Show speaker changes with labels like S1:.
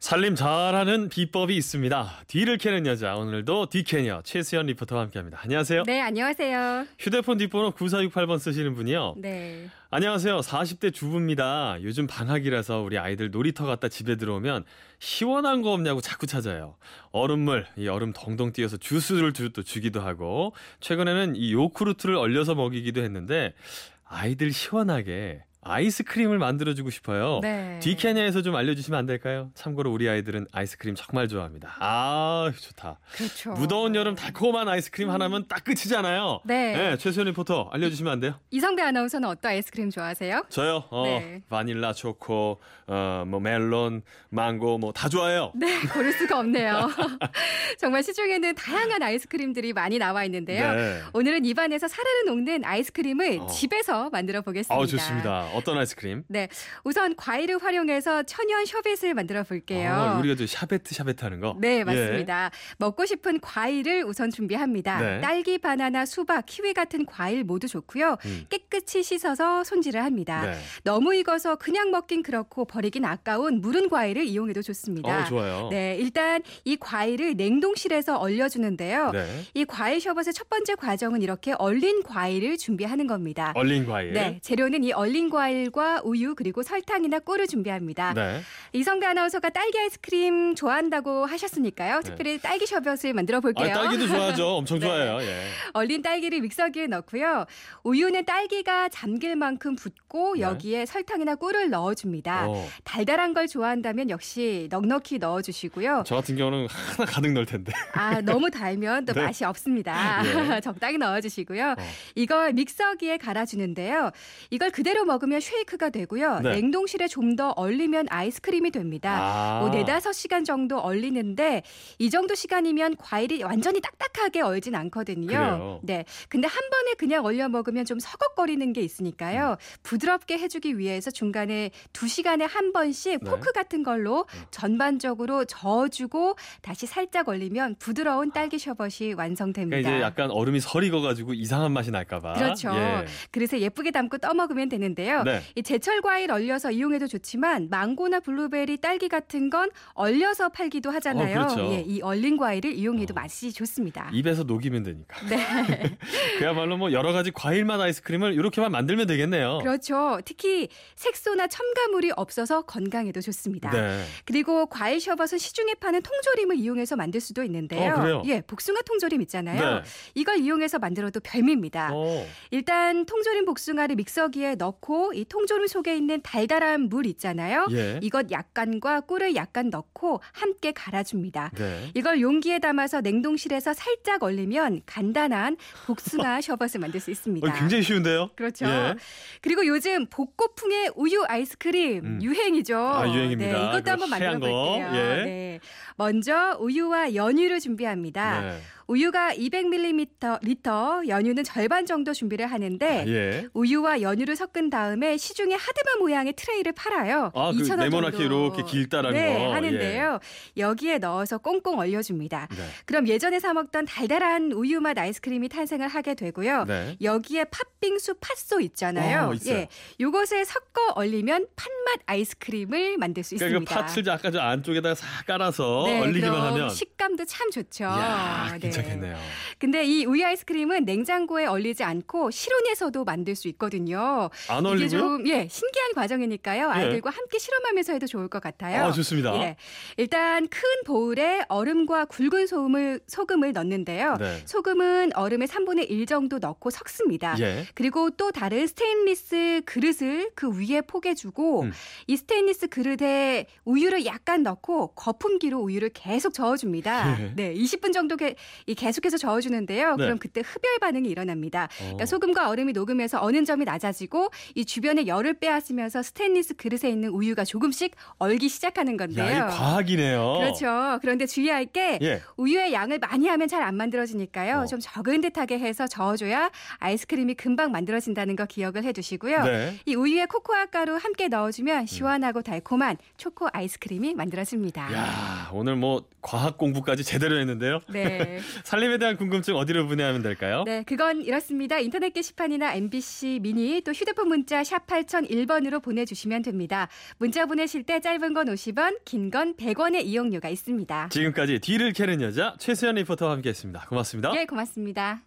S1: 살림 잘하는 비법이 있습니다. 뒤를 캐는 여자 오늘도 뒤캐녀 최수연 리포터와 함께합니다. 안녕하세요.
S2: 네, 안녕하세요.
S1: 휴대폰 뒷번호 9468번 쓰시는 분이요.
S2: 네.
S1: 안녕하세요. 40대 주부입니다. 요즘 방학이라서 우리 아이들 놀이터 갔다 집에 들어오면 시원한 거 없냐고 자꾸 찾아요. 얼음물, 이 얼음 덩덩 띄어서 주스를 주- 또 주기도 하고 최근에는 이 요구르트를 얼려서 먹이기도 했는데 아이들 시원하게 아이스크림을 만들어주고 싶어요.
S2: 네.
S1: 디케냐에서 좀 알려주시면 안 될까요? 참고로 우리 아이들은 아이스크림 정말 좋아합니다. 아 좋다.
S2: 그렇죠.
S1: 무더운 여름 달콤한 아이스크림 하나면 딱 끝이잖아요.
S2: 네.
S1: 최수연 리포터 알려주시면 안 돼요?
S2: 이성배 아나운서는 어떤 아이스크림 좋아하세요?
S1: 저요. 어,
S2: 네.
S1: 바닐라, 초코, 어, 뭐 멜론, 망고 뭐 다 좋아해요.
S2: 네, 고를 수가 없네요. 정말 시중에는 다양한 아이스크림들이 많이 나와 있는데요.
S1: 네.
S2: 오늘은 입안에서 사르르 녹는 아이스크림을
S1: 어.
S2: 집에서 만들어 보겠습니다.
S1: 아우 좋습니다. 어떤 아이스크림?
S2: 네, 우선 과일을 활용해서 천연 셔벳을 만들어 볼게요.
S1: 아, 우리가 저 샤베트 샤베트 하는 거.
S2: 네,
S1: 예.
S2: 맞습니다. 먹고 싶은 과일을 우선 준비합니다.
S1: 네.
S2: 딸기, 바나나, 수박, 키위 같은 과일 모두 좋고요.
S1: 음.
S2: 깨끗이 씻어서 손질을 합니다.
S1: 네.
S2: 너무 익어서 그냥 먹긴 그렇고 버리긴 아까운 무른 과일을 이용해도 좋습니다.
S1: 어 좋아요.
S2: 네, 일단 이 과일을 냉동실에서 얼려주는데요.
S1: 네.
S2: 이 과일 셔벗의 첫 번째 과정은 이렇게 얼린 과일을 준비하는 겁니다.
S1: 얼린 과일.
S2: 네, 재료는 이 얼린 과일과 우유 그리고 설탕이나 꿀을 준비합니다.
S1: 네.
S2: 이성배 아나운서가 딸기 아이스크림 좋아한다고 하셨으니까요. 특별히 딸기 셔벗을 만들어
S1: 네. 아,
S2: 볼게요.
S1: 딸기도 좋아하죠. 엄청
S2: 네.
S1: 좋아해요. 예.
S2: 얼린 딸기를 믹서기에 넣고요. 우유는 딸기가 잠길 만큼 붓고
S1: 네.
S2: 여기에 설탕이나 꿀을 넣어줍니다.
S1: 어.
S2: 달달한 걸 좋아한다면 역시 넉넉히 넣어주시고요.
S1: 저 같은 경우는 하나 가득 넣을 텐데.
S2: 아 너무 달면 또
S1: 네.
S2: 맛이 없습니다.
S1: 예.
S2: 적당히 넣어주시고요.
S1: 어.
S2: 이걸 믹서기에 갈아주는데요. 이걸 그대로 먹으면 쉐이크가 되고요.
S1: 네.
S2: 냉동실에 좀 더 얼리면 아이스크림이 됩니다.
S1: 아.
S2: 뭐 네다섯 시간 정도 얼리는데 이 정도 시간이면 과일이 완전히 딱딱하게 얼진 않거든요.
S1: 그래요?
S2: 네. 근데 한 번에 그냥 얼려 먹으면 좀 서걱거리는 게 있으니까요.
S1: 음.
S2: 부드럽게 해주기 위해서 중간에 두 시간에 한 번씩
S1: 네.
S2: 포크 같은 걸로 전반적으로 저어주고 다시 살짝 얼리면 부드러운 딸기 셔벗이 완성됩니다.
S1: 그러니까 이제 약간 얼음이 설익어 가지고 이상한 맛이 날까 봐.
S2: 그렇죠.
S1: 예.
S2: 그래서 예쁘게 담고 떠먹으면 되는데요.
S1: 네.
S2: 이 제철 과일 얼려서 이용해도 좋지만 망고나 블루베리, 딸기 같은 건 얼려서 팔기도 하잖아요.
S1: 어, 그렇죠.
S2: 예, 이 얼린 과일을 이용해도
S1: 어.
S2: 맛이 좋습니다.
S1: 입에서 녹이면 되니까.
S2: 네,
S1: 그야말로 뭐 여러 가지 과일맛 아이스크림을 이렇게만 만들면 되겠네요.
S2: 그렇죠. 특히 색소나 첨가물이 없어서 건강에도 좋습니다.
S1: 네.
S2: 그리고 과일 셔벗은 시중에 파는 통조림을 이용해서 만들 수도 있는데요.
S1: 어, 그래요?
S2: 예, 복숭아 통조림 있잖아요.
S1: 네.
S2: 이걸 이용해서 만들어도 별미입니다.
S1: 어.
S2: 일단 통조림 복숭아를 믹서기에 넣고 이 통조림 속에 있는 달달한 물 있잖아요.
S1: 예.
S2: 이것 약간과 꿀을 약간 넣고 함께 갈아줍니다.
S1: 네.
S2: 이걸 용기에 담아서 냉동실에서 살짝 얼리면 간단한 복숭아 셔벗을 만들 수 있습니다.
S1: 어, 굉장히 쉬운데요.
S2: 그렇죠.
S1: 예.
S2: 그리고 요즘 복고풍의 우유 아이스크림
S1: 음.
S2: 유행이죠.
S1: 아,
S2: 네,
S1: 유행입니다. 그
S2: 이것도 한번 만들어
S1: 하얀 거.
S2: 볼게요.
S1: 예.
S2: 네. 먼저 우유와 연유를 준비합니다.
S1: 네.
S2: 우유가 200ml, 리터, 연유는 절반 정도 준비를 하는데
S1: 아, 예.
S2: 우유와 연유를 섞은 다음에 시중에 하드바 모양의 트레이를 팔아요.
S1: 아, 그
S2: 2,000원
S1: 네모나게
S2: 정도.
S1: 이렇게 길다란
S2: 네,
S1: 거. 예.
S2: 하는데요. 여기에 넣어서 꽁꽁 얼려줍니다.
S1: 네.
S2: 그럼 예전에 사 먹던 달달한 우유 맛 아이스크림이 탄생을 하게 되고요.
S1: 네.
S2: 여기에 팥빙수 팥소 있잖아요.
S1: 어, 있어요.
S2: 예, 요것에 섞어 얼리면 팥맛 아이스크림을 만들 수
S1: 그러니까 그
S2: 있습니다.
S1: 팥을 아까 저 안쪽에다가 싹 깔아서
S2: 네,
S1: 얼리기만
S2: 그럼
S1: 하면
S2: 식감도 참 좋죠.
S1: 이야,
S2: 네.
S1: 괜찮겠네요.
S2: 근데 이 우유 아이스크림은 냉장고에 얼리지 않고 실온에서도 만들 수 있거든요.
S1: 안
S2: 이게
S1: 얼리고요? 예.
S2: 좀 예, 신기한 과정이니까요. 아이들과 함께 실험하면서 해도 좋을 것 같아요.
S1: 아, 좋습니다.
S2: 예. 일단 큰 보울에 얼음과 굵은 소금을 소금을 넣는데요.
S1: 네.
S2: 소금은 얼음의 3분의 1 정도 넣고 섞습니다.
S1: 예.
S2: 그리고 또 다른 스테인리스 그릇을 그 위에 포개 주고
S1: 음.
S2: 이 스테인리스 그릇에 우유를 약간 넣고 거품기로 우유를 계속 저어 줍니다.
S1: 예.
S2: 네, 20분 정도 게- 이 계속해서 저어 주는데요.
S1: 네.
S2: 그럼 그때 흡열 반응이 일어납니다.
S1: 어.
S2: 그러니까 소금과 얼음이 녹으면서 어느 점이 낮아지고 이 주변에 열을 빼앗으면서 스테인리스 그릇에 있는 우유가 조금씩 얼기 시작하는
S1: 야,
S2: 건데요.
S1: 이게 과학이네요.
S2: 그렇죠. 그런데 주의할 게
S1: 예.
S2: 우유의 양을 많이 하면 잘 안 만들어지니까요.
S1: 어.
S2: 좀 적은 듯하게 해서 저어줘야 아이스크림이 금방 만들어진다는 거 기억을 해두시고요.
S1: 네. 음.
S2: 이 우유에 코코아 가루 함께 넣어주면 시원하고 달콤한 초코 아이스크림이 만들어집니다.
S1: 야, 오늘 뭐 과학 공부까지 제대로 했는데요.
S2: 네.
S1: 살림에 대한 궁금증 어디로 보내면 될까요?
S2: 네, 그건 이렇습니다. 인터넷 게시판이나 MBC 미니 또 휴대폰 문자 샵 8001번으로 보내주시면 됩니다. 문자 보내실 때 짧은 건 50원, 긴 건 100원의 이용료가 있습니다.
S1: 지금까지 뒤를 캐는 여자 최수연 리포터와 함께했습니다. 고맙습니다.
S2: 예, 고맙습니다.